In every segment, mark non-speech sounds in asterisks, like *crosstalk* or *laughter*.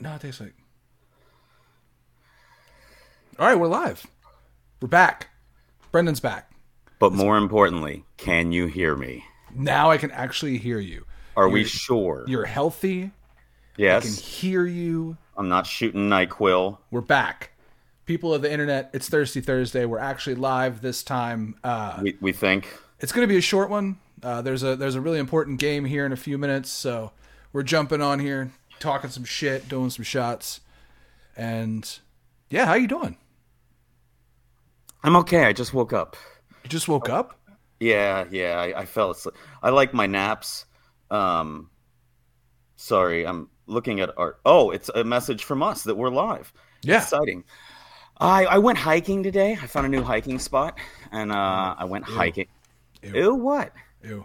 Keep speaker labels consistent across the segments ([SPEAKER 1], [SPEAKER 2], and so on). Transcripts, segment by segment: [SPEAKER 1] No, it tastes like. All right, we're live. We're back. Brendan's back.
[SPEAKER 2] But more importantly, can you hear me?
[SPEAKER 1] Now I can actually hear you.
[SPEAKER 2] Are we
[SPEAKER 1] You're-
[SPEAKER 2] sure?
[SPEAKER 1] You're healthy. I can
[SPEAKER 2] Yes.
[SPEAKER 1] hear you.
[SPEAKER 2] I'm not shooting NyQuil.
[SPEAKER 1] We're back. People of the internet, it's Thirsty Thursday. We're actually live this time. Uh,
[SPEAKER 2] We, we think.
[SPEAKER 1] it's going to be a short one. Uh, there's a there's a really important game here in a few minutes, so we're jumping on here, talking some shit, doing some shots, and yeah, how you doing?
[SPEAKER 2] I'm okay. I just woke up.
[SPEAKER 1] You just woke up?
[SPEAKER 2] Yeah, yeah. I, I fell asleep. I like my naps. Um, sorry, I'm looking at art. Oh, it's a message from us that we're live.
[SPEAKER 1] Yeah.
[SPEAKER 2] Exciting. I, I went hiking today. I found a new hiking spot, and uh, I went hiking.
[SPEAKER 1] Ew.
[SPEAKER 2] Ew. what?
[SPEAKER 1] Ew.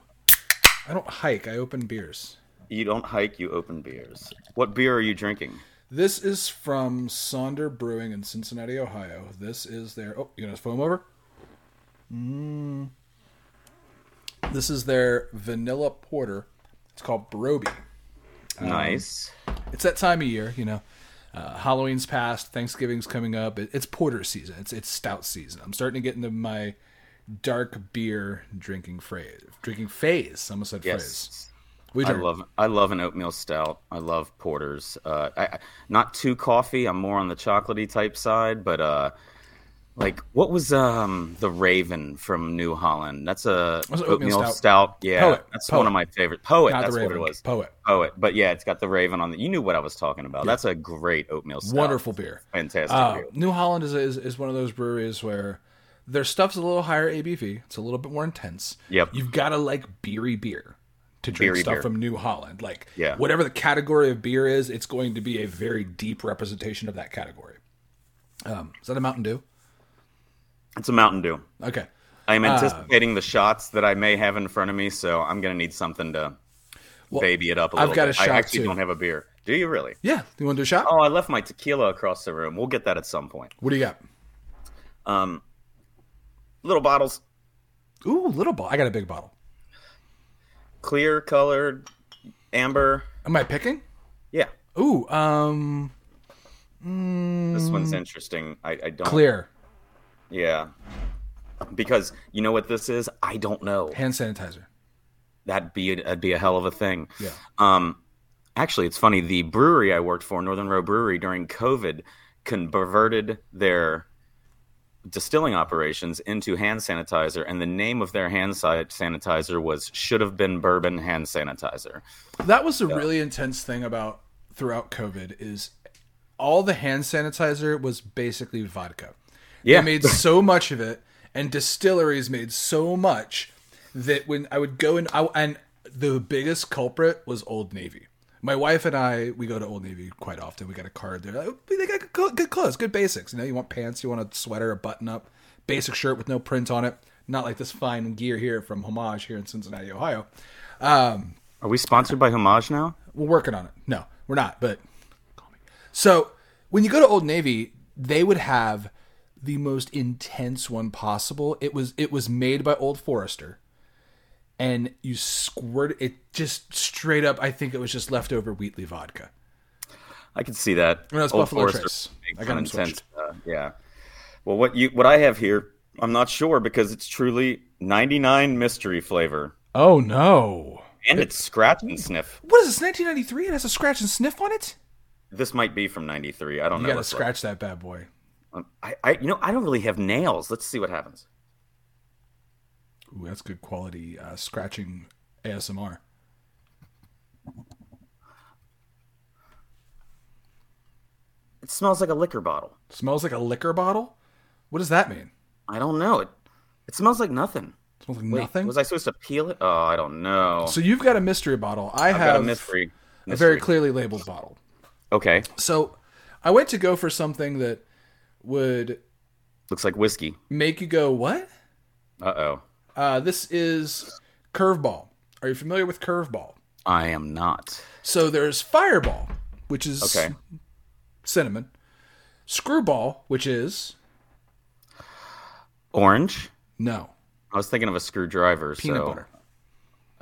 [SPEAKER 1] I don't hike. I open beers.
[SPEAKER 2] You don't hike, you open beers. What beer are you drinking?
[SPEAKER 1] This is from Sonder Brewing in Cincinnati, Ohio. This is their. Oh, you gonna foam over? Mm. This is their vanilla porter. It's called Broby.
[SPEAKER 2] Um, nice.
[SPEAKER 1] It's that time of year, you know. Uh, Halloween's past. Thanksgiving's coming up. It, it's porter season. It's it's stout season. I'm starting to get into my dark beer drinking phrase. Drinking phase. I almost said phrase.
[SPEAKER 2] Yes.
[SPEAKER 1] We
[SPEAKER 2] I
[SPEAKER 1] drink-
[SPEAKER 2] love I love an oatmeal stout. I love porters. Uh, I, I- not too coffee. I'm more on the chocolatey type side, but uh, like what was um the Raven from New Holland? That's a
[SPEAKER 1] Was it
[SPEAKER 2] oatmeal,
[SPEAKER 1] oatmeal
[SPEAKER 2] stout.
[SPEAKER 1] stout?
[SPEAKER 2] Yeah,
[SPEAKER 1] Poet.
[SPEAKER 2] that's
[SPEAKER 1] Poet.
[SPEAKER 2] one of my favorite. Poet.
[SPEAKER 1] Not
[SPEAKER 2] that's
[SPEAKER 1] the
[SPEAKER 2] what
[SPEAKER 1] Raven.
[SPEAKER 2] it was.
[SPEAKER 1] Poet.
[SPEAKER 2] Poet. But yeah, it's got the Raven on it. You knew what I was talking about. That's a great oatmeal stout.
[SPEAKER 1] Wonderful beer.
[SPEAKER 2] Fantastic.
[SPEAKER 1] Uh,
[SPEAKER 2] beer.
[SPEAKER 1] New Holland is, is is one of those breweries where their stuff's a little higher ABV. It's a little bit more intense.
[SPEAKER 2] Yep.
[SPEAKER 1] You've got to like beery beer to drink
[SPEAKER 2] Beery
[SPEAKER 1] stuff
[SPEAKER 2] beer.
[SPEAKER 1] from New Holland. Like
[SPEAKER 2] Yeah.
[SPEAKER 1] whatever the category of beer is, it's going to be a very deep representation of that category. Um, is that a Mountain Dew?
[SPEAKER 2] It's a Mountain Dew.
[SPEAKER 1] Okay.
[SPEAKER 2] I
[SPEAKER 1] uh,
[SPEAKER 2] am anticipating the shots that I may have in front of me, so I'm gonna need something to baby it up a
[SPEAKER 1] I've
[SPEAKER 2] little
[SPEAKER 1] got
[SPEAKER 2] bit.
[SPEAKER 1] a shot,
[SPEAKER 2] I actually
[SPEAKER 1] too.
[SPEAKER 2] don't have a beer. Do you really?
[SPEAKER 1] Yeah. You want to do a shot?
[SPEAKER 2] Oh, I left my tequila across the room. We'll get that at some point.
[SPEAKER 1] What do you got?
[SPEAKER 2] Um, little bottles,
[SPEAKER 1] Ooh, little bottle. I got a big bottle.
[SPEAKER 2] clear colored, amber.
[SPEAKER 1] Am I picking?
[SPEAKER 2] Yeah,
[SPEAKER 1] Ooh, um,
[SPEAKER 2] this one's interesting. I, I don't.
[SPEAKER 1] Mm. clear
[SPEAKER 2] Yeah, because you know what this is? I don't know.
[SPEAKER 1] hand sanitizer.
[SPEAKER 2] That'd be that'd be a hell of a thing.
[SPEAKER 1] Yeah.
[SPEAKER 2] Um, actually, it's funny. The brewery I worked for, Northern Row Brewery, during COVID, converted their distilling operations into hand sanitizer, and the name of their hand si- sanitizer was "Should Have Been Bourbon Hand Sanitizer."
[SPEAKER 1] That was a really intense thing about throughout COVID is all the hand sanitizer was basically vodka.
[SPEAKER 2] Yeah.
[SPEAKER 1] They made so much of it and distilleries made so much that when I would go in I, and the biggest culprit was Old Navy. My wife and I, we go to Old Navy quite often. We got a card there. Like, they got good clo- good clothes, good basics. You know, you want pants, you want a sweater, a button up, basic shirt with no print on it. Not like this fine gear here from Homage here in Cincinnati, Ohio. Um,
[SPEAKER 2] Are we sponsored by Homage now?
[SPEAKER 1] we're working on it. No, we're not. But so when you go to Old Navy, they would have the most intense one possible. It was it was made by Old Forester, and you squirt it just straight up. I think it was just leftover Wheatley vodka.
[SPEAKER 2] I can see that.
[SPEAKER 1] No, it's
[SPEAKER 2] Old
[SPEAKER 1] Buffalo
[SPEAKER 2] Forester
[SPEAKER 1] Trace.
[SPEAKER 2] makes
[SPEAKER 1] I got
[SPEAKER 2] an
[SPEAKER 1] them switched.
[SPEAKER 2] uh, yeah. Well, what you what I have here, I'm not sure because it's truly 99 mystery flavor,
[SPEAKER 1] Oh no!
[SPEAKER 2] and it's scratch and sniff.
[SPEAKER 1] What is this? 1993? It has a scratch and sniff on it.
[SPEAKER 2] This might be from '93. I don't
[SPEAKER 1] You
[SPEAKER 2] know.
[SPEAKER 1] gotta
[SPEAKER 2] It's like-
[SPEAKER 1] scratch that bad boy.
[SPEAKER 2] Um, I, I, you know, I don't really have nails. Let's see what happens.
[SPEAKER 1] Ooh, that's good quality uh, scratching ASMR.
[SPEAKER 2] It smells like a liquor bottle.
[SPEAKER 1] Smells like a liquor bottle. What does that mean?
[SPEAKER 2] I don't know. It, it smells like nothing.
[SPEAKER 1] Smells like
[SPEAKER 2] Wait,
[SPEAKER 1] nothing.
[SPEAKER 2] Was I supposed to peel it? Oh, I don't know.
[SPEAKER 1] So you've got a mystery bottle. I
[SPEAKER 2] I've
[SPEAKER 1] have
[SPEAKER 2] got a mystery.
[SPEAKER 1] a
[SPEAKER 2] mystery.
[SPEAKER 1] very clearly labeled bottle.
[SPEAKER 2] Okay,
[SPEAKER 1] So I went to go for something that would
[SPEAKER 2] looks like whiskey.
[SPEAKER 1] make you go, what?
[SPEAKER 2] Uh oh.
[SPEAKER 1] Uh, this is Curveball. Are you familiar with Curveball?
[SPEAKER 2] I am not.
[SPEAKER 1] So there's Fireball, which is
[SPEAKER 2] Okay.
[SPEAKER 1] cinnamon. Screwball, which is
[SPEAKER 2] Orange.
[SPEAKER 1] no
[SPEAKER 2] I was thinking of a screwdriver.
[SPEAKER 1] peanut
[SPEAKER 2] so.
[SPEAKER 1] butter.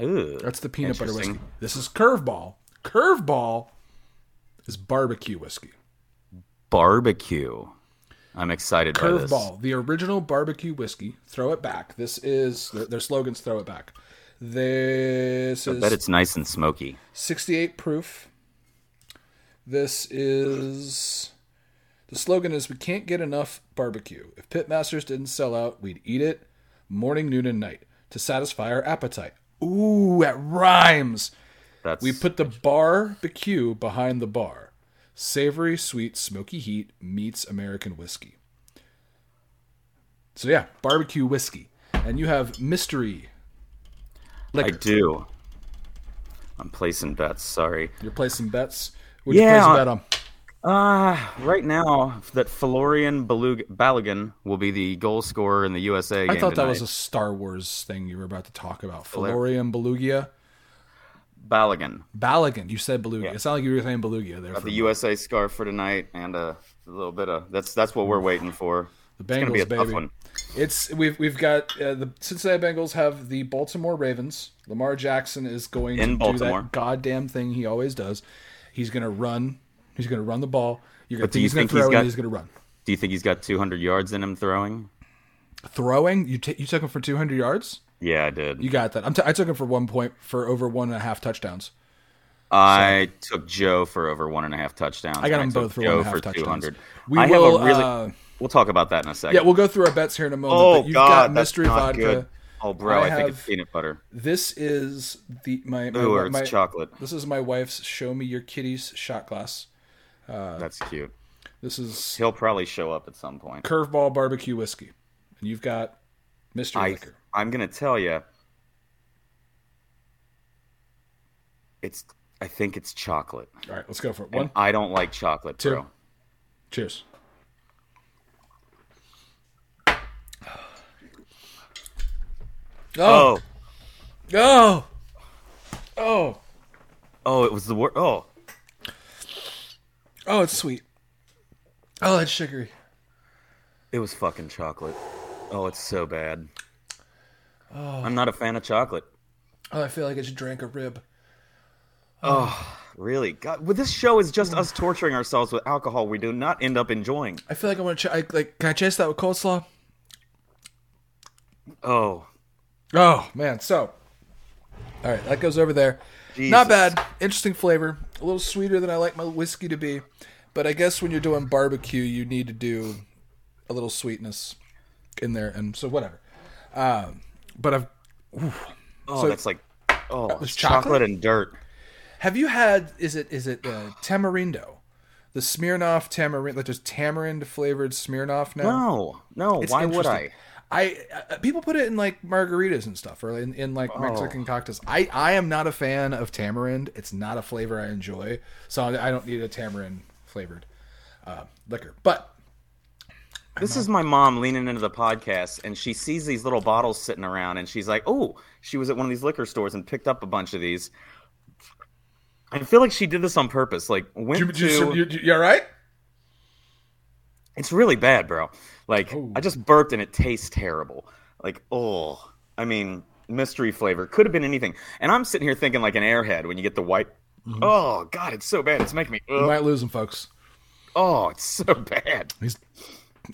[SPEAKER 2] Ooh.
[SPEAKER 1] That's the peanut butter whiskey.
[SPEAKER 2] Interesting.
[SPEAKER 1] This is Curveball. Curveball is barbecue whiskey.
[SPEAKER 2] Barbecue. I'm excited by this.
[SPEAKER 1] Curveball, the original barbecue whiskey. Throw it back. This is their, their slogan's "Throw it back." This
[SPEAKER 2] I
[SPEAKER 1] is
[SPEAKER 2] bet it's nice and smoky.
[SPEAKER 1] 68 proof. This is the slogan is we can't get enough barbecue. If pitmasters didn't sell out, we'd eat it morning, noon, and night to satisfy our appetite. Ooh, that rhymes.
[SPEAKER 2] That's
[SPEAKER 1] We put the barbecue behind the bar. Savory, sweet, smoky heat meets American whiskey. So yeah, barbecue whiskey. And you have mystery
[SPEAKER 2] I
[SPEAKER 1] liquor.
[SPEAKER 2] do. I'm placing bets. Sorry.
[SPEAKER 1] You're placing bets. Would you
[SPEAKER 2] Yeah.
[SPEAKER 1] place a bet on?
[SPEAKER 2] Uh, right now, that Florian Balug- Balogun will be the goal scorer in the USA
[SPEAKER 1] I
[SPEAKER 2] game
[SPEAKER 1] thought that
[SPEAKER 2] tonight.
[SPEAKER 1] was a Star Wars thing you were about to talk about. Falorian Belugia.
[SPEAKER 2] Balogun.
[SPEAKER 1] Balogun. You said Belugia. It sounded like you were saying Belugia there. For
[SPEAKER 2] The
[SPEAKER 1] the,
[SPEAKER 2] USA scarf for tonight and uh, a little bit of that's that's what we're waiting for. it's gonna
[SPEAKER 1] Bengals,
[SPEAKER 2] be a
[SPEAKER 1] baby.
[SPEAKER 2] tough one.
[SPEAKER 1] It's we've we've got uh, the Cincinnati Bengals have the Baltimore Ravens. Lamar Jackson is going
[SPEAKER 2] In
[SPEAKER 1] to
[SPEAKER 2] Baltimore.
[SPEAKER 1] do that goddamn thing he always does. He's going to run. He's going to run the ball. You're going
[SPEAKER 2] But
[SPEAKER 1] to
[SPEAKER 2] do you
[SPEAKER 1] he's going
[SPEAKER 2] think
[SPEAKER 1] to
[SPEAKER 2] he's
[SPEAKER 1] throw and
[SPEAKER 2] got-
[SPEAKER 1] he's going to run.
[SPEAKER 2] Do you think he's got 200 yards in him throwing?
[SPEAKER 1] Throwing? You t- you took him for 200 yards?
[SPEAKER 2] Yeah, I did.
[SPEAKER 1] You got that. I'm t- I took him for one point for over one and a half touchdowns.
[SPEAKER 2] I took Joe for over one and a half touchdowns.
[SPEAKER 1] I got
[SPEAKER 2] and
[SPEAKER 1] them
[SPEAKER 2] took
[SPEAKER 1] both for
[SPEAKER 2] Joe
[SPEAKER 1] one and a half
[SPEAKER 2] for
[SPEAKER 1] touchdowns.
[SPEAKER 2] 200.
[SPEAKER 1] We
[SPEAKER 2] I have
[SPEAKER 1] will,
[SPEAKER 2] a really.
[SPEAKER 1] uh,
[SPEAKER 2] we'll talk about that in a second.
[SPEAKER 1] Yeah, we'll go through our bets here in a moment.
[SPEAKER 2] oh
[SPEAKER 1] but you've
[SPEAKER 2] God,
[SPEAKER 1] got
[SPEAKER 2] that's
[SPEAKER 1] mystery
[SPEAKER 2] not
[SPEAKER 1] vodka.
[SPEAKER 2] good. Oh, bro, I,
[SPEAKER 1] I
[SPEAKER 2] think it's
[SPEAKER 1] have-
[SPEAKER 2] peanut butter.
[SPEAKER 1] This is the my my,
[SPEAKER 2] Ooh, or it's
[SPEAKER 1] my-
[SPEAKER 2] chocolate.
[SPEAKER 1] This is my wife's show me your kitties shot glass. uh,
[SPEAKER 2] That's cute.
[SPEAKER 1] This is
[SPEAKER 2] He'll probably show up at some point.
[SPEAKER 1] curveball barbecue whiskey, and you've got mystery
[SPEAKER 2] I,
[SPEAKER 1] liquor.
[SPEAKER 2] I'm gonna tell you, it's. I think it's chocolate.
[SPEAKER 1] All right, let's go for it.
[SPEAKER 2] And
[SPEAKER 1] One,
[SPEAKER 2] I don't like chocolate,
[SPEAKER 1] Two.
[SPEAKER 2] bro.
[SPEAKER 1] cheers. Oh,
[SPEAKER 2] Oh,
[SPEAKER 1] oh, oh,
[SPEAKER 2] oh, it was the word. Oh,
[SPEAKER 1] oh! It's sweet. Oh, it's sugary.
[SPEAKER 2] it was fucking chocolate. Oh, it's so bad. I'm not a fan of chocolate.
[SPEAKER 1] Oh, I feel like I just drank a rib.
[SPEAKER 2] Really, God, well, this show is just us torturing ourselves with alcohol. We do not end up enjoying.
[SPEAKER 1] I feel like I want to. Ch- I, like, can I chase that with coleslaw?
[SPEAKER 2] Oh,
[SPEAKER 1] Oh man, so all right, that goes over there.
[SPEAKER 2] Jesus.
[SPEAKER 1] Not bad. Interesting flavor. A little sweeter than I like my whiskey to be, but I guess when you're doing barbecue, you need to do a little sweetness in there, and so whatever. Um, but I've
[SPEAKER 2] oh,
[SPEAKER 1] So-
[SPEAKER 2] that's like, oh,
[SPEAKER 1] was
[SPEAKER 2] it's chocolate?
[SPEAKER 1] chocolate?
[SPEAKER 2] and dirt.
[SPEAKER 1] have you had? Is it is it uh, tamarindo? The Smirnoff tamarind, like there's tamarind flavored Smirnoff now.
[SPEAKER 2] No, no. why would I?
[SPEAKER 1] Interesting. I uh, people put it in like margaritas and stuff, or in, in like Mexican cocktails. I I am not a fan of tamarind. It's not a flavor I enjoy, so I don't need a tamarind flavored uh, liquor. But
[SPEAKER 2] This is my mom leaning into the podcast, and she sees these little bottles sitting around, and she's like, "Oh, she was at one of these liquor stores and picked up a bunch of these." I feel like she did this on purpose. Like, went
[SPEAKER 1] you,
[SPEAKER 2] to
[SPEAKER 1] you, you, you all right?
[SPEAKER 2] it's really bad, bro. Like,
[SPEAKER 1] Oh.
[SPEAKER 2] I just burped and it tastes terrible. Like, oh, I mean, mystery flavor could have been anything. And I'm sitting here thinking like an airhead when you get the white.
[SPEAKER 1] Mm-hmm.
[SPEAKER 2] Oh God, it's so bad. It's making me.
[SPEAKER 1] You
[SPEAKER 2] ugh.
[SPEAKER 1] might lose him, folks.
[SPEAKER 2] Oh, it's so bad.
[SPEAKER 1] He's,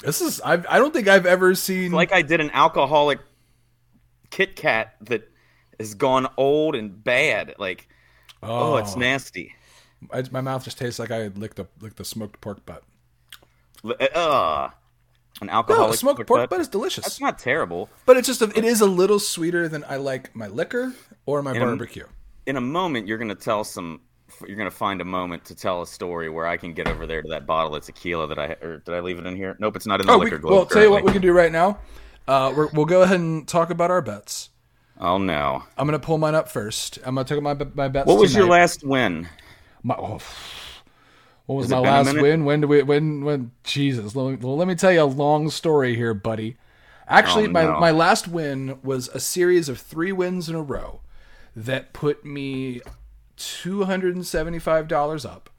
[SPEAKER 1] this is I've, I don't think I've ever seen
[SPEAKER 2] like I did an alcoholic Kit Kat that has gone old and bad. Like, oh, it's nasty.
[SPEAKER 1] I- my mouth just tastes like I had licked a licked the smoked pork butt.
[SPEAKER 2] L- Uh, an
[SPEAKER 1] No,
[SPEAKER 2] alcoholic
[SPEAKER 1] the smoked pork butt is delicious,
[SPEAKER 2] That's not terrible.
[SPEAKER 1] but it's just a, it is a little sweeter than I like my liquor or my barbecue.
[SPEAKER 2] In a moment, you're gonna tell some. You're gonna find a moment to tell a story where I can get over there to that bottle of tequila that I or did I leave it in here? Nope, it's not in the
[SPEAKER 1] Oh, we,
[SPEAKER 2] liquor
[SPEAKER 1] well,
[SPEAKER 2] glove.
[SPEAKER 1] tell you what we
[SPEAKER 2] currently.
[SPEAKER 1] can do right now. Uh, we're, we'll go ahead and talk about our bets.
[SPEAKER 2] Oh no!
[SPEAKER 1] I'm gonna pull mine up first. I'm gonna take my my bets.
[SPEAKER 2] What was your
[SPEAKER 1] tonight.
[SPEAKER 2] last win?
[SPEAKER 1] My, oh, pff. what was
[SPEAKER 2] it
[SPEAKER 1] my
[SPEAKER 2] been a
[SPEAKER 1] last
[SPEAKER 2] minute?
[SPEAKER 1] win? When do we? When? When? Jesus. Let me, let me tell you a long story here, buddy. Actually,
[SPEAKER 2] Oh,
[SPEAKER 1] my
[SPEAKER 2] no.
[SPEAKER 1] my last win was a series of three wins in a row that put me two hundred and seventy five dollars up.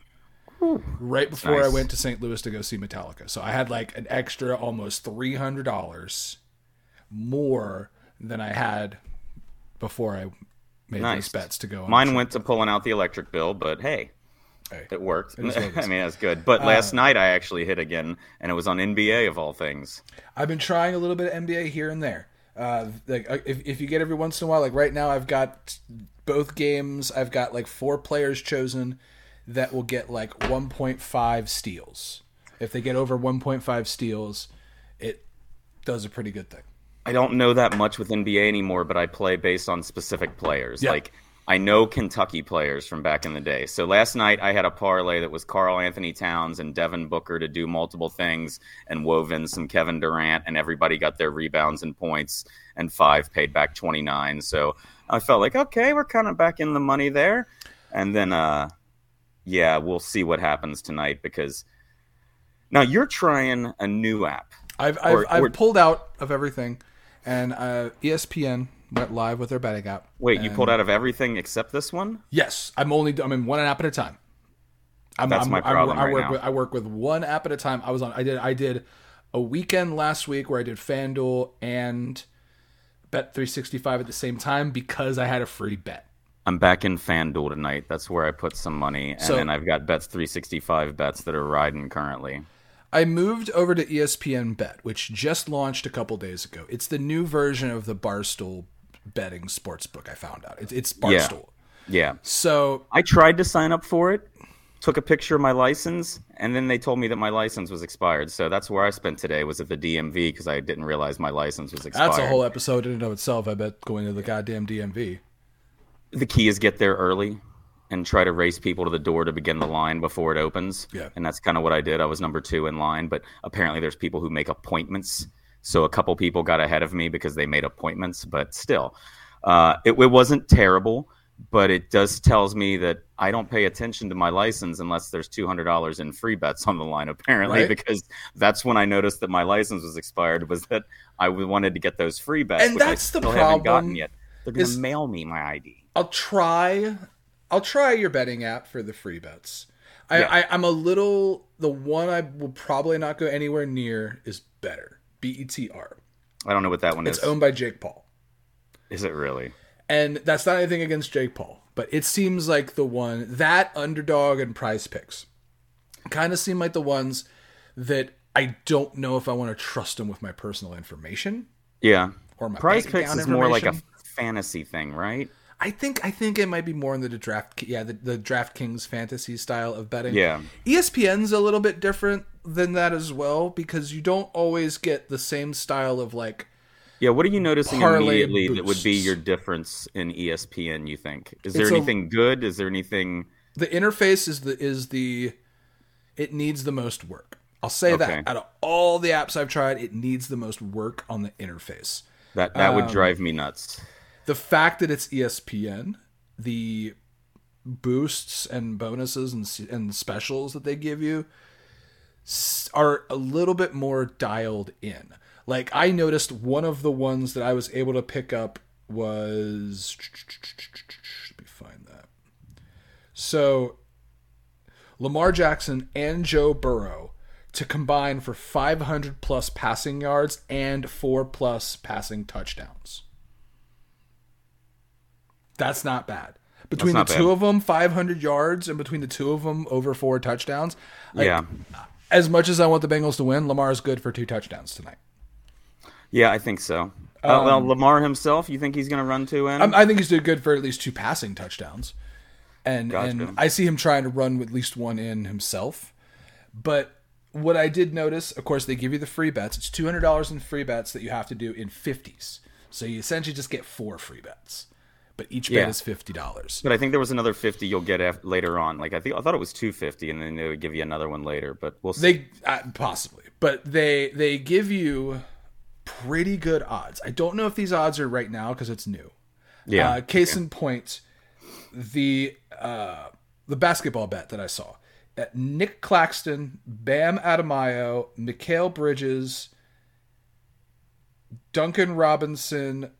[SPEAKER 1] Right before I
[SPEAKER 2] nice.
[SPEAKER 1] went to St. Louis to go see Metallica, so I had like an extra almost three hundred dollars more than I had before I made
[SPEAKER 2] Nice.
[SPEAKER 1] these bets to go. On
[SPEAKER 2] Mine went to pulling out the electric bill, but hey,
[SPEAKER 1] Hey.
[SPEAKER 2] It worked. *laughs*
[SPEAKER 1] It Uh, is what it
[SPEAKER 2] I
[SPEAKER 1] is.
[SPEAKER 2] mean, that's good. But last night I actually hit again, and it was on NBA of all things.
[SPEAKER 1] I've been trying a little bit of NBA here and there. Uh, like uh, if, if you get every once in a while, like right now, I've got both games. I've got like four players chosen that will get like 1.5 steals. If they get over 1.5 steals, it does a pretty good thing.
[SPEAKER 2] I don't know that much with NBA anymore, but I play based on specific players.
[SPEAKER 1] Yeah.
[SPEAKER 2] Like I know Kentucky players from back in the day. So last night I had a parlay that was Carl Anthony Towns and Devin Booker to do multiple things and wove in some Kevin Durant and everybody got their rebounds and points and five paid back 29. So I felt like okay, we're kind of back in the money there. And then uh yeah, we'll see what happens tonight because now you're trying a new app.
[SPEAKER 1] I've I've,
[SPEAKER 2] Or-
[SPEAKER 1] I've
[SPEAKER 2] or-
[SPEAKER 1] pulled out of everything, and uh, ESPN went live with their betting app.
[SPEAKER 2] Wait, you pulled out of everything except this one?
[SPEAKER 1] Yes, I'm only I'm in one app at a time. I'm,
[SPEAKER 2] That's
[SPEAKER 1] I'm,
[SPEAKER 2] my
[SPEAKER 1] I'm-
[SPEAKER 2] problem
[SPEAKER 1] I
[SPEAKER 2] right
[SPEAKER 1] work
[SPEAKER 2] now.
[SPEAKER 1] with I work with one app at a time. I was on. I did I did a weekend last week where I did FanDuel and Bet365 at the same time because I had a free bet.
[SPEAKER 2] I'm back in FanDuel tonight. That's where I put some money, and
[SPEAKER 1] So-
[SPEAKER 2] then I've got bets 365 bets that are riding currently.
[SPEAKER 1] I moved over to E ESPN Bet, which just launched a couple days ago. It's the new version of the Barstool betting sports book. I found out it's, it's
[SPEAKER 2] Yeah.
[SPEAKER 1] Barstool.
[SPEAKER 2] Yeah,
[SPEAKER 1] So
[SPEAKER 2] I tried to sign up for it, took a picture of my license, and then they told me that my license was expired. So that's where I spent today was at the DMV because I didn't realize my license was expired.
[SPEAKER 1] that's a whole episode in and of itself. I bet going to the goddamn DMV.
[SPEAKER 2] the key is get there early and try to race people to the door to begin the line before it opens.
[SPEAKER 1] Yeah.
[SPEAKER 2] And that's kind of what I did. I was number two in line, but apparently there's people who make appointments. So a couple people got ahead of me because they made appointments, but still, uh, it, it wasn't terrible. But it does tells me that I don't pay attention to my license unless there's two hundred dollars in free bets on the line. Apparently,
[SPEAKER 1] Right.
[SPEAKER 2] because that's when I noticed that my license was expired. Was that I wanted to get those free bets,
[SPEAKER 1] And
[SPEAKER 2] which I
[SPEAKER 1] that's the
[SPEAKER 2] still haven't
[SPEAKER 1] problem
[SPEAKER 2] gotten yet. They're gonna
[SPEAKER 1] is-
[SPEAKER 2] mail me my ID.
[SPEAKER 1] I'll try. I'll try your betting app for the free bets. I,
[SPEAKER 2] Yeah.
[SPEAKER 1] I, I'm a little. The one I will probably not go anywhere near is better. B E T R.
[SPEAKER 2] I don't know what that one
[SPEAKER 1] It's
[SPEAKER 2] is.
[SPEAKER 1] owned by Jake Paul,
[SPEAKER 2] Is it really?
[SPEAKER 1] and that's not anything against Jake Paul, but it seems like the one that underdog and Prize Picks kind of seem like the ones that I don't know if I want to trust them with my personal information
[SPEAKER 2] Yeah.
[SPEAKER 1] or my
[SPEAKER 2] Price
[SPEAKER 1] bank
[SPEAKER 2] picks
[SPEAKER 1] account
[SPEAKER 2] is more like a
[SPEAKER 1] information.
[SPEAKER 2] fantasy thing, right?
[SPEAKER 1] I think I think it might be more into the draft. Yeah, the, the DraftKings fantasy style of betting. E
[SPEAKER 2] Yeah.
[SPEAKER 1] ESPN's a little bit different than that as well because you don't always get the same style of like.
[SPEAKER 2] Yeah. What are you noticing
[SPEAKER 1] Parlay
[SPEAKER 2] immediately that would be
[SPEAKER 1] boosts.
[SPEAKER 2] your difference in E ESPN? You think? Is there
[SPEAKER 1] It's a-
[SPEAKER 2] anything good? Is there anything?
[SPEAKER 1] The interface is the is the it needs the most work. I'll say
[SPEAKER 2] Okay.
[SPEAKER 1] that out of all the apps I've tried, it needs the most work on the interface.
[SPEAKER 2] That that
[SPEAKER 1] Um,
[SPEAKER 2] would drive me nuts.
[SPEAKER 1] The fact that it's E ESPN, the boosts and bonuses and s- and specials that they give you s- are a little bit more dialed in. Like I noticed one of the ones that I was able to pick up was let me find that. So Lamar Jackson and Joe Burrow to combine for 500 plus passing yards and 4 plus passing touchdowns. That's not bad. Between
[SPEAKER 2] not
[SPEAKER 1] the two
[SPEAKER 2] bad.
[SPEAKER 1] of them, 500 yards, and between the two of them, over four touchdowns. Like,
[SPEAKER 2] yeah.
[SPEAKER 1] As much as I want the Bengals to win, Lamar is good for two touchdowns tonight.
[SPEAKER 2] Yeah, I think so. uh, well, Lamar himself, you think he's going to run two in?
[SPEAKER 1] Um, I think he's doing good for at least two passing touchdowns, and and
[SPEAKER 2] Gotcha.
[SPEAKER 1] I see him trying to run at least one in himself. But what I did notice, of course, they give you the free bets. It's two hundred dollars in free bets that you have to do in fifties. So you essentially just get four free bets, but each
[SPEAKER 2] Yeah.
[SPEAKER 1] bet is fifty dollars.
[SPEAKER 2] but I think there was another fifty you'll get af- later on. Like I think I thought it was two fifty, and then they would give you another one later. But we'll see.
[SPEAKER 1] They uh, possibly, but they they give you pretty good odds. I don't know if these odds are right now because it's new.
[SPEAKER 2] yeah.
[SPEAKER 1] Uh, case in point, the uh, the basketball bet that I saw: Uh, Nick Claxton, Bam Adebayo, Mikhail Bridges, Duncan Robinson,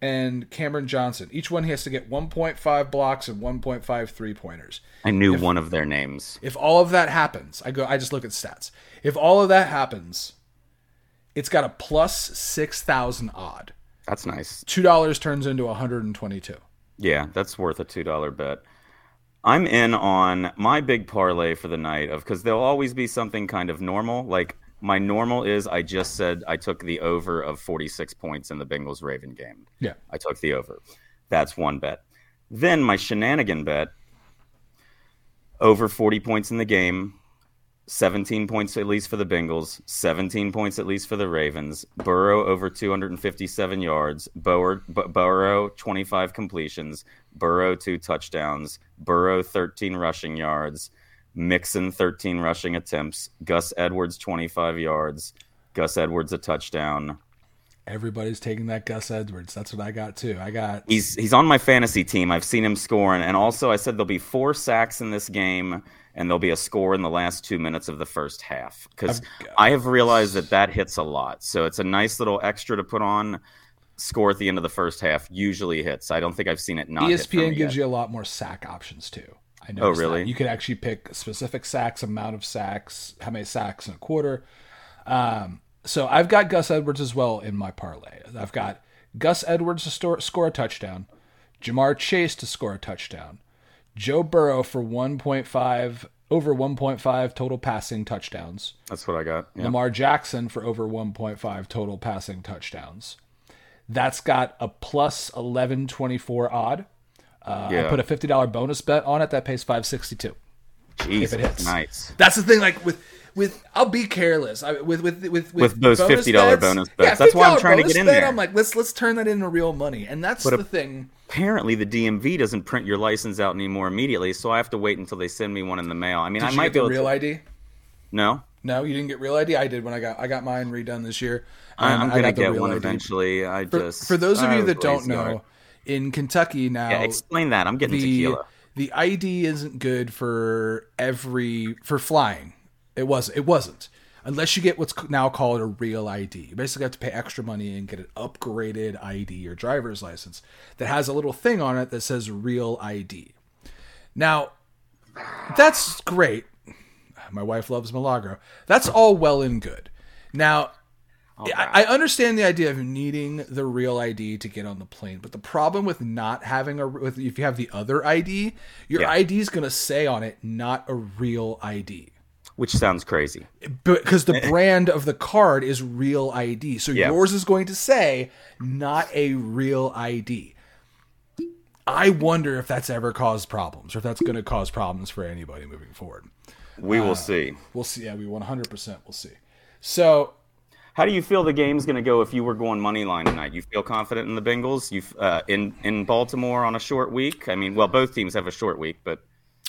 [SPEAKER 1] and Cameron Johnson. Each one he has to get 1.5 blocks and 1.5 three pointers.
[SPEAKER 2] I knew one of their names.
[SPEAKER 1] If all of that happens, I go. I just look at stats. If all of that happens, it's got a plus six thousand odd
[SPEAKER 2] That's nice.
[SPEAKER 1] two dollars turns into 122
[SPEAKER 2] Yeah, that's worth a two dollar bet. I'm in on my big parlay for the night of because there'll always be something kind of normal. Like my normal is I just said I took the over of 46 points in the Bengals Raven game.
[SPEAKER 1] Yeah.
[SPEAKER 2] I took the over. That's one bet. Then my shenanigan bet over 40 points in the game, 17 points at least for the Bengals, 17 points at least for the Ravens, Burrow over 257 yards, Bower, B- Burrow 25 completions, Burrow 2 touchdowns, Burrow 13 rushing yards, Mixon 13 rushing attempts, Gus Edwards 25 yards, Gus Edwards a touchdown.
[SPEAKER 1] Everybody's taking that Gus Edwards. That's what I got too. I got
[SPEAKER 2] He's he's on my fantasy team. I've seen him scoring, and also I said there'll be four sacks in this game, and there'll be a score in the last two minutes of the first half. Because
[SPEAKER 1] Oh,
[SPEAKER 2] I have realized that that hits a lot, so it's a nice little extra to put on. Score at the end of the first half usually hits. I don't think I've seen it not.
[SPEAKER 1] E
[SPEAKER 2] hit for
[SPEAKER 1] ESPN
[SPEAKER 2] me
[SPEAKER 1] gives
[SPEAKER 2] yet. Oh,
[SPEAKER 1] you a lot more sack options too. I know.
[SPEAKER 2] really?
[SPEAKER 1] You could actually pick specific sacks, amount of sacks, how many sacks in a quarter. Um, so I've got Gus Edwards as well in my parlay. I've got Gus Edwards to store, score a touchdown, Jamar Chase to score a touchdown, Joe Burrow for 1.5 over 1.5 total passing touchdowns.
[SPEAKER 2] That's what I got. Yeah.
[SPEAKER 1] Lamar Jackson for over 1.5 total passing touchdowns. That's got a plus 1124 odd. Uh, I
[SPEAKER 2] Yeah.
[SPEAKER 1] put a $50 bonus bet on it that pays 562.
[SPEAKER 2] Jesus,
[SPEAKER 1] hits.
[SPEAKER 2] nice.
[SPEAKER 1] That's the thing like with with I'll be careless. I, with with with with,
[SPEAKER 2] those
[SPEAKER 1] bonus
[SPEAKER 2] $50
[SPEAKER 1] bets-
[SPEAKER 2] bonus
[SPEAKER 1] Yeah,
[SPEAKER 2] bets. That's why I'm
[SPEAKER 1] $50
[SPEAKER 2] trying to
[SPEAKER 1] bonus
[SPEAKER 2] get in
[SPEAKER 1] bet,
[SPEAKER 2] there.
[SPEAKER 1] I'm like let's let's turn that into real money. And that's the thing.
[SPEAKER 2] Apparently, the DMV doesn't print your license out anymore immediately, so I have to wait until they send me one in the mail. I mean, I
[SPEAKER 1] Did you
[SPEAKER 2] might
[SPEAKER 1] get
[SPEAKER 2] be
[SPEAKER 1] the
[SPEAKER 2] able
[SPEAKER 1] real
[SPEAKER 2] to.
[SPEAKER 1] ID?
[SPEAKER 2] No,
[SPEAKER 1] No, you didn't get real ID. I did when I got I got mine redone this year.
[SPEAKER 2] I-
[SPEAKER 1] and I
[SPEAKER 2] I'm gonna
[SPEAKER 1] got the
[SPEAKER 2] get
[SPEAKER 1] real
[SPEAKER 2] one
[SPEAKER 1] ID.
[SPEAKER 2] eventually. Oh, I just
[SPEAKER 1] For those of
[SPEAKER 2] I
[SPEAKER 1] you
[SPEAKER 2] was
[SPEAKER 1] that don't
[SPEAKER 2] lazy on it.
[SPEAKER 1] know, in Kentucky now
[SPEAKER 2] yeah, explain that. I'm getting
[SPEAKER 1] the
[SPEAKER 2] tequila.
[SPEAKER 1] the ID isn't good for every for flying. It was it wasn't unless you get what's now called a real ID. You basically have to pay extra money and get an upgraded ID or driver's license that has a little thing on it that says real ID. Now, that's great. My wife loves Milagro. That's all well and good. Now, I I understand the idea of needing the real ID to get on the plane, but the problem with not having a with if you have the other ID, your
[SPEAKER 2] Yeah.
[SPEAKER 1] ID is going to say on it not a real ID
[SPEAKER 2] Which sounds crazy.
[SPEAKER 1] because the brand of the card is real ID. So
[SPEAKER 2] Yeah.
[SPEAKER 1] yours is going to say not a real ID. I wonder if that's ever caused problems or if that's going to cause problems for anybody moving forward.
[SPEAKER 2] We will see.
[SPEAKER 1] We'll see. Yeah, we 100% we'll see. So
[SPEAKER 2] How do you feel the game's going to go if you were going money line tonight? You feel confident in the Bengals? You uh, in in Baltimore on a short week? I mean, well, both teams have a short week, but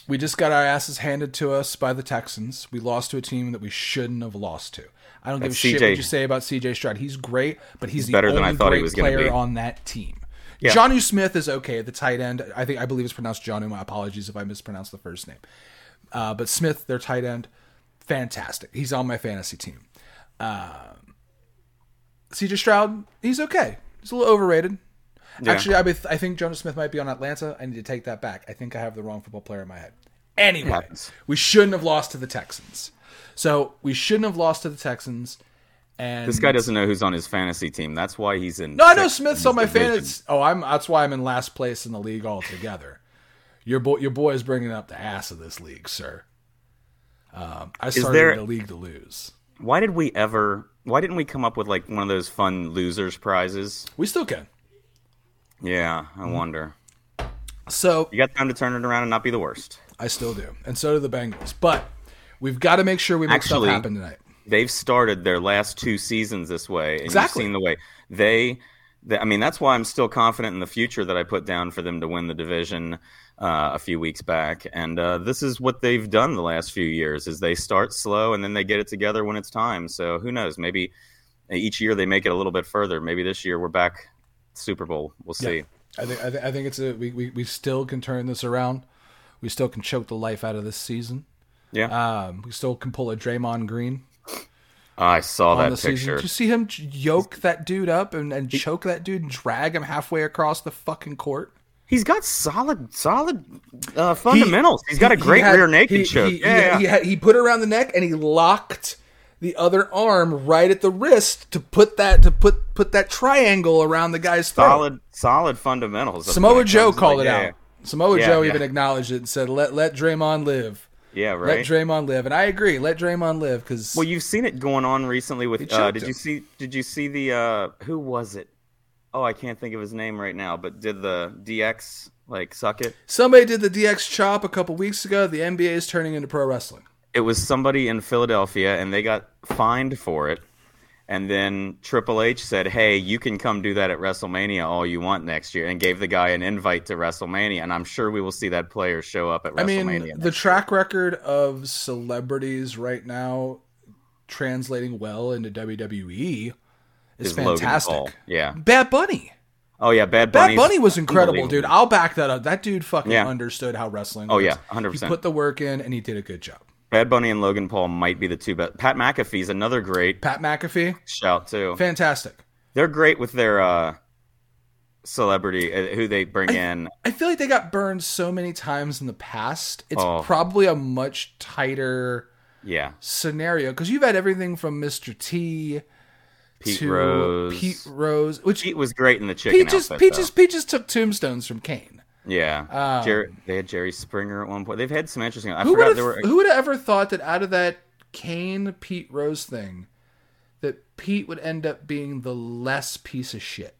[SPEAKER 1] we just got our asses handed to us by the Texans. We lost to a team that we shouldn't have lost to. I don't give a
[SPEAKER 2] That's
[SPEAKER 1] shit
[SPEAKER 2] CJ.
[SPEAKER 1] what you say about CJ Stroud. He's great, but he's, the
[SPEAKER 2] better than
[SPEAKER 1] only
[SPEAKER 2] I thought he
[SPEAKER 1] great
[SPEAKER 2] was gonna
[SPEAKER 1] player
[SPEAKER 2] be.
[SPEAKER 1] on that team. Johnny Smith is okay at the tight end. I think I believe it's pronounced Johnny. My apologies if I mispronounced the first name. Uh, but Smith, their tight end, fantastic. He's on my fantasy team. Um, CJ Stroud, he's okay. He's a little overrated. Actually, I, be, I think Jonah Smith might be on Atlanta. I need to take that back. I think I have the wrong football player in my head. Anyway,
[SPEAKER 2] happens.
[SPEAKER 1] we shouldn't have lost to the Texans. So we shouldn't have lost to the Texans. And
[SPEAKER 2] this guy doesn't know who's on his fantasy team. That's why he's in.
[SPEAKER 1] no, I know
[SPEAKER 2] sixth in
[SPEAKER 1] Smith's
[SPEAKER 2] his
[SPEAKER 1] on my
[SPEAKER 2] division.
[SPEAKER 1] fantasy. Oh, I'm that's why I'm in last place in the league altogether. Your boy, your boy is bringing up the ass of this league, sir. Um, I started
[SPEAKER 2] there-
[SPEAKER 1] the league to lose.
[SPEAKER 2] Why did we ever? Why didn't we come up with like one of those fun losers prizes?
[SPEAKER 1] We still can.
[SPEAKER 2] Yeah, I
[SPEAKER 1] Mm-hmm.
[SPEAKER 2] wonder.
[SPEAKER 1] So
[SPEAKER 2] You got time to turn it around and not be the worst.
[SPEAKER 1] I still do, and so do the Bengals. But we've got to make sure we make
[SPEAKER 2] Actually-
[SPEAKER 1] stuff happen tonight.
[SPEAKER 2] they've started their last two seasons this way, and
[SPEAKER 1] Exactly.
[SPEAKER 2] you've seen the way they, they. I mean, that's why I'm still confident in the future that I put down for them to win the division uh, a few weeks back, and uh, this is what they've done the last few years: is they start slow and then they get it together when it's time. So who knows? Maybe each year they make it a little bit further. Maybe this year we're back Super Bowl. We'll see.
[SPEAKER 1] I think I, th- I think it's a we, we we still can turn this around. We still can choke the life out of this season.
[SPEAKER 2] Yeah,
[SPEAKER 1] Um, we still can pull a Draymond Green
[SPEAKER 2] I saw
[SPEAKER 1] on
[SPEAKER 2] that
[SPEAKER 1] the season.
[SPEAKER 2] picture.
[SPEAKER 1] Did you see him ch- yoke that dude up and, and choke that dude and drag him halfway across the fucking court?
[SPEAKER 2] He's got solid, solid uh, fundamentals. He's got a great
[SPEAKER 1] He had-
[SPEAKER 2] rear naked
[SPEAKER 1] he,
[SPEAKER 2] choke.
[SPEAKER 1] He,
[SPEAKER 2] yeah, yeah.
[SPEAKER 1] he, he, had, he put it around the neck and he locked the other arm right at the wrist to put that to put put that triangle around the guy's throat.
[SPEAKER 2] solid, solid fundamentals. That's
[SPEAKER 1] Samoa
[SPEAKER 2] what it
[SPEAKER 1] Joe
[SPEAKER 2] comes to.
[SPEAKER 1] called it
[SPEAKER 2] Yeah,
[SPEAKER 1] out.
[SPEAKER 2] yeah.
[SPEAKER 1] Samoa
[SPEAKER 2] Yeah,
[SPEAKER 1] Joe
[SPEAKER 2] yeah.
[SPEAKER 1] even acknowledged it and said, "Let let Draymond live.
[SPEAKER 2] Yeah, right.
[SPEAKER 1] Let Draymond live." And I agree. Let Draymond live because
[SPEAKER 2] Well, you've seen it going on recently
[SPEAKER 1] He
[SPEAKER 2] with. Uh,
[SPEAKER 1] choked
[SPEAKER 2] did
[SPEAKER 1] him.
[SPEAKER 2] you see? Did you see the? Uh, who was it? Oh, I can't think of his name right now. But did the DX like suck it?
[SPEAKER 1] somebody did the DX chop a couple weeks ago. The NBA is turning into pro wrestling.
[SPEAKER 2] It was somebody in Philadelphia, and they got fined for it. And then Triple H said, "Hey, you can come do that at WrestleMania all you want next year," and gave the guy an invite to WrestleMania. And I'm sure we will see that player show up at
[SPEAKER 1] I
[SPEAKER 2] WrestleMania.
[SPEAKER 1] mean,
[SPEAKER 2] next
[SPEAKER 1] the track record of celebrities right now translating well into WWE is,
[SPEAKER 2] is Logan Paul.
[SPEAKER 1] fantastic.
[SPEAKER 2] Yeah.
[SPEAKER 1] Bad Bunny.
[SPEAKER 2] Oh yeah, Bad
[SPEAKER 1] Bad
[SPEAKER 2] Bunny.
[SPEAKER 1] Bunny was incredible, dude. I'll back that up. That dude fucking
[SPEAKER 2] Yeah.
[SPEAKER 1] understood how wrestling.
[SPEAKER 2] Oh,
[SPEAKER 1] works.
[SPEAKER 2] yeah, 100%.
[SPEAKER 1] He put the work in, and he did a good job.
[SPEAKER 2] Bad Bunny and Logan Paul might be the two best. Pat McAfee's another great
[SPEAKER 1] Pat McAfee,
[SPEAKER 2] shout too.
[SPEAKER 1] fantastic.
[SPEAKER 2] They're great with their uh, celebrity uh, who they bring in.
[SPEAKER 1] I feel like they got burned so many times in the past. It's
[SPEAKER 2] Oh.
[SPEAKER 1] probably a much tighter
[SPEAKER 2] Yeah,
[SPEAKER 1] scenario because you've had everything from Mr. T
[SPEAKER 2] Pete
[SPEAKER 1] to
[SPEAKER 2] Rose.
[SPEAKER 1] Pete Rose, which
[SPEAKER 2] Pete was great in the chicken
[SPEAKER 1] Peaches
[SPEAKER 2] outfit.
[SPEAKER 1] Peaches Peaches took tombstones from Kane.
[SPEAKER 2] though. Yeah,
[SPEAKER 1] Um,
[SPEAKER 2] Jer- they had Jerry Springer at one point. They've had some interesting. I
[SPEAKER 1] Who would
[SPEAKER 2] forgot
[SPEAKER 1] have
[SPEAKER 2] there were.
[SPEAKER 1] Who would have ever thought that out of that Kane Pete Rose thing, that Pete would end up being the less piece of
[SPEAKER 2] *laughs*
[SPEAKER 1] shit.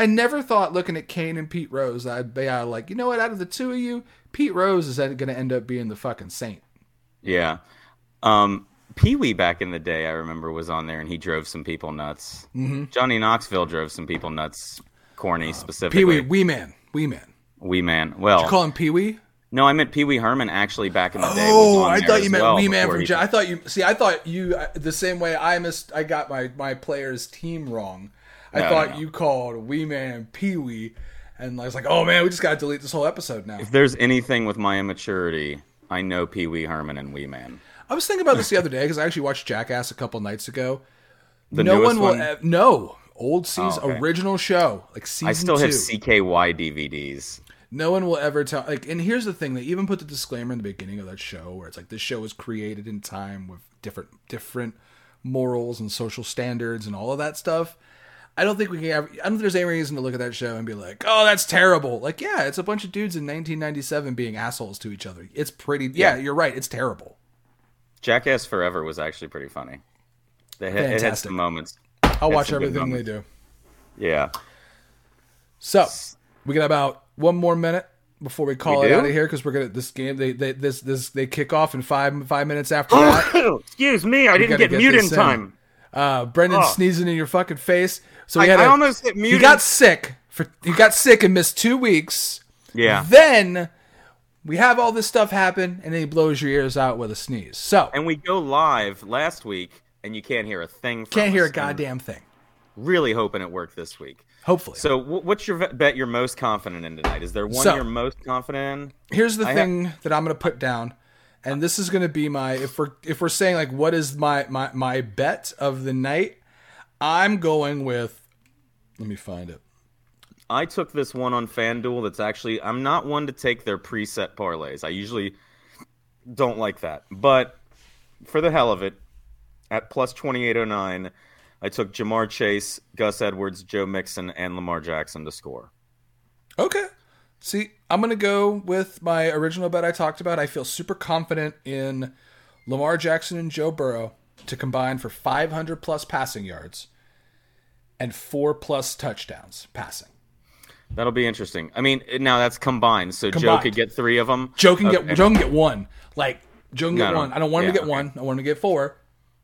[SPEAKER 1] I never thought looking at Kane and Pete Rose, I'd be out like, you know what? Out of the two of you, Pete Rose is going to end up being the fucking saint.
[SPEAKER 2] Yeah, um, Pee Wee back in the day, I remember was on there and he drove some people nuts.
[SPEAKER 1] Mm-hmm.
[SPEAKER 2] Johnny Knoxville drove some people nuts. Corny
[SPEAKER 1] Oh. Pee
[SPEAKER 2] specifically.
[SPEAKER 1] Wee, Wee Man, Wee Man.
[SPEAKER 2] Wee Man. Well,
[SPEAKER 1] Call him Pee Wee.
[SPEAKER 2] No, I meant Pee Wee Herman actually back in the day. was
[SPEAKER 1] Oh,
[SPEAKER 2] on
[SPEAKER 1] I
[SPEAKER 2] there
[SPEAKER 1] thought you
[SPEAKER 2] as
[SPEAKER 1] meant
[SPEAKER 2] well
[SPEAKER 1] Wee Man
[SPEAKER 2] before
[SPEAKER 1] from.
[SPEAKER 2] he-
[SPEAKER 1] Ja- I thought you see. I thought you I- the same way I missed. I got my my player's team wrong. I
[SPEAKER 2] No,
[SPEAKER 1] thought
[SPEAKER 2] no, no.
[SPEAKER 1] you called Wee Man Pee Wee, and I was like, oh man, we just got to delete this whole episode now.
[SPEAKER 2] If there's anything with my immaturity, I know Pee Wee Herman and Wee Man.
[SPEAKER 1] I was thinking about this the other day because I actually watched Jackass a couple nights ago.
[SPEAKER 2] The
[SPEAKER 1] no
[SPEAKER 2] newest
[SPEAKER 1] one will
[SPEAKER 2] one, Oh,
[SPEAKER 1] ev- no old season
[SPEAKER 2] okay.
[SPEAKER 1] original show like season
[SPEAKER 2] I still
[SPEAKER 1] two.
[SPEAKER 2] have CKY DVDs.
[SPEAKER 1] No one will ever tell. Like, and here's the thing: they even put the disclaimer in the beginning of that show, where it's like this show was created in time with different different morals and social standards and all of that stuff. I don't think we can. Have, I don't think there's any reason to look at that show and be like, "Oh, that's terrible." Like, yeah, it's a bunch of dudes in 1997 being assholes to each other. It's pretty. Yeah,
[SPEAKER 2] Yeah.
[SPEAKER 1] you're right. It's terrible.
[SPEAKER 2] Jackass Forever was actually pretty funny. They had, it had
[SPEAKER 1] Fantastic.
[SPEAKER 2] some moments.
[SPEAKER 1] I'll
[SPEAKER 2] That's
[SPEAKER 1] watch
[SPEAKER 2] a good
[SPEAKER 1] everything they
[SPEAKER 2] moment.
[SPEAKER 1] do.
[SPEAKER 2] Yeah.
[SPEAKER 1] So we got about one more minute before we call
[SPEAKER 2] We
[SPEAKER 1] it
[SPEAKER 2] do?
[SPEAKER 1] out of here because we're gonna this game. They, they this this they kick off in five five minutes after
[SPEAKER 2] *gasps*
[SPEAKER 1] that. *laughs*
[SPEAKER 2] Oh, *coughs* Excuse me, I
[SPEAKER 1] gotta get this in. Uh, Brendan sneezing in your fucking face. So we
[SPEAKER 2] I-
[SPEAKER 1] had
[SPEAKER 2] I
[SPEAKER 1] a-
[SPEAKER 2] almost hit
[SPEAKER 1] He
[SPEAKER 2] mute.
[SPEAKER 1] got sick for he got sick and missed two weeks.
[SPEAKER 2] Yeah.
[SPEAKER 1] Then we have all this stuff happen, and then he blows your ears out with a sneeze. So
[SPEAKER 2] And we go live last week, and you can't hear a thing from
[SPEAKER 1] can't hear
[SPEAKER 2] us.
[SPEAKER 1] a goddamn thing.
[SPEAKER 2] I'm really hoping it worked this week.
[SPEAKER 1] Hopefully,
[SPEAKER 2] So, wh- what's your ve- bet you're most confident in tonight? Is there one
[SPEAKER 1] So-
[SPEAKER 2] you're most confident in?
[SPEAKER 1] here's the
[SPEAKER 2] I ha-
[SPEAKER 1] thing that I'm gonna put down, and this is gonna be my if we're if we're saying like what is my my my bet of the night, I'm going with. Let me find it.
[SPEAKER 2] I took this one on FanDuel. That's actually I'm not one to take their preset parlays. I usually don't like that, but for the hell of it, at plus twenty eight oh nine, I took Jamar Chase, Gus Edwards, Joe Mixon, and Lamar Jackson to score.
[SPEAKER 1] Okay. See, I'm going to go with my original bet I talked about. I feel super confident in Lamar Jackson and Joe Burrow to combine for 500 plus passing yards and four plus touchdowns passing.
[SPEAKER 2] That'll be interesting. I mean, now that's combined, so Joe
[SPEAKER 1] Combined.
[SPEAKER 2] could get three of them.
[SPEAKER 1] Joe can get Joe can get one. Like Joe can get
[SPEAKER 2] No, no.
[SPEAKER 1] one. I don't want him to
[SPEAKER 2] Yeah,
[SPEAKER 1] get
[SPEAKER 2] okay.
[SPEAKER 1] one. I want him to get four.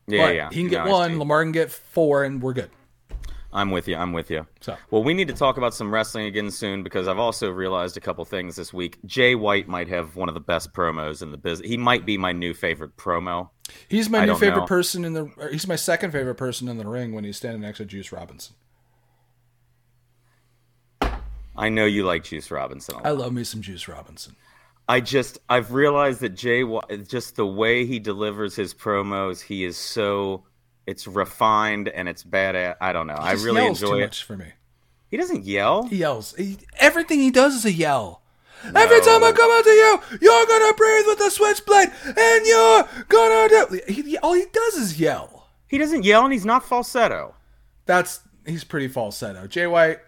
[SPEAKER 2] yeah,
[SPEAKER 1] but
[SPEAKER 2] yeah.
[SPEAKER 1] he can get
[SPEAKER 2] No, I see.
[SPEAKER 1] one. Lamar can get four, and we're good.
[SPEAKER 2] I'm with you. I'm with you.
[SPEAKER 1] So-
[SPEAKER 2] well, we need to talk about some wrestling again soon because I've also realized a couple things this week. Jay White might have one of the best promos in the business. He might be my new favorite promo.
[SPEAKER 1] He's my
[SPEAKER 2] I
[SPEAKER 1] new
[SPEAKER 2] don't
[SPEAKER 1] favorite
[SPEAKER 2] know.
[SPEAKER 1] person in the. Or he's my second favorite person in the ring when he's standing next to Juice Robinson.
[SPEAKER 2] I know you like Juice Robinson. a lot.
[SPEAKER 1] I love me some Juice Robinson.
[SPEAKER 2] I just I've realized that Jay White, just the way he delivers his promos, he is so it's refined and it's badass. I don't know. I
[SPEAKER 1] Just
[SPEAKER 2] really
[SPEAKER 1] yells too
[SPEAKER 2] enjoy it.
[SPEAKER 1] much for me.
[SPEAKER 2] He doesn't yell.
[SPEAKER 1] He yells. He- everything he does is a yell. Every time I come out to you, you're gonna breathe with a switchblade, and you're gonna do. He, he- all he does is yell.
[SPEAKER 2] He doesn't yell, and he's not falsetto.
[SPEAKER 1] That's he's pretty falsetto. Jay White,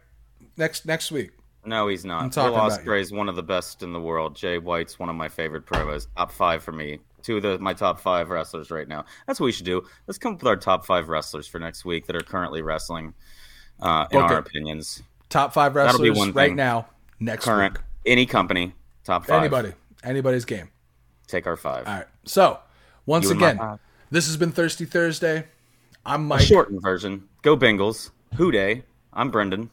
[SPEAKER 1] next next week.
[SPEAKER 2] No, he's not.
[SPEAKER 1] I'm
[SPEAKER 2] Will
[SPEAKER 1] talking about you.
[SPEAKER 2] Ospreay is one of the best in the world. Jay White's one of my favorite promos. Top five for me. Two of the, my top five wrestlers right now. That's what we should do. Let's come up with our top five wrestlers for next week that are currently wrestling. Uh, in
[SPEAKER 1] Book
[SPEAKER 2] our
[SPEAKER 1] it.
[SPEAKER 2] opinions,
[SPEAKER 1] Top five
[SPEAKER 2] That'll be
[SPEAKER 1] wrestlers
[SPEAKER 2] one
[SPEAKER 1] right
[SPEAKER 2] thing.
[SPEAKER 1] now, next
[SPEAKER 2] current
[SPEAKER 1] week.
[SPEAKER 2] any company top five.
[SPEAKER 1] Anybody, anybody's game.
[SPEAKER 2] take our five.
[SPEAKER 1] All right. So once
[SPEAKER 2] You and my
[SPEAKER 1] again,
[SPEAKER 2] five.
[SPEAKER 1] this has been Thirsty Thursday. I'm Mike.
[SPEAKER 2] Shortened version. Go Bengals. Who day? I'm Brendan.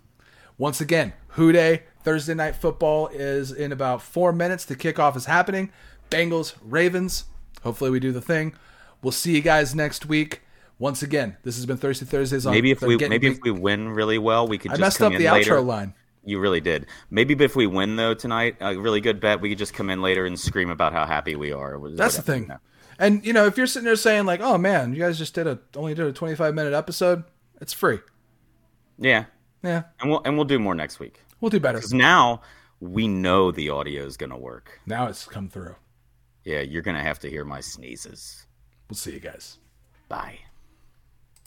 [SPEAKER 1] Once again, Who Day, Thursday Night Football is in about four minutes. The kickoff is happening. Bengals, Ravens. Hopefully, we do the thing. We'll see you guys next week. Once again, this has been Thirsty Thursdays on
[SPEAKER 2] Maybe if
[SPEAKER 1] they're
[SPEAKER 2] we
[SPEAKER 1] getting
[SPEAKER 2] maybe
[SPEAKER 1] re-
[SPEAKER 2] if we win really well, we could
[SPEAKER 1] I
[SPEAKER 2] just
[SPEAKER 1] messed
[SPEAKER 2] come
[SPEAKER 1] up
[SPEAKER 2] in
[SPEAKER 1] the
[SPEAKER 2] later.
[SPEAKER 1] outro line.
[SPEAKER 2] You really did. Maybe if we win though tonight, a really good bet, we could just come in later and scream about how happy we are.
[SPEAKER 1] That's the thing. And you know, if you're sitting there saying like, "Oh man, you guys just did a only did a 25 minute episode," it's free.
[SPEAKER 2] Yeah,
[SPEAKER 1] Yeah,
[SPEAKER 2] and we'll and we'll do more next week
[SPEAKER 1] we'll do better.
[SPEAKER 2] 'Cause now we know the audio is gonna work.
[SPEAKER 1] Now it's come through.
[SPEAKER 2] Yeah, you're gonna have to hear my sneezes.
[SPEAKER 1] We'll see you guys.
[SPEAKER 2] Bye.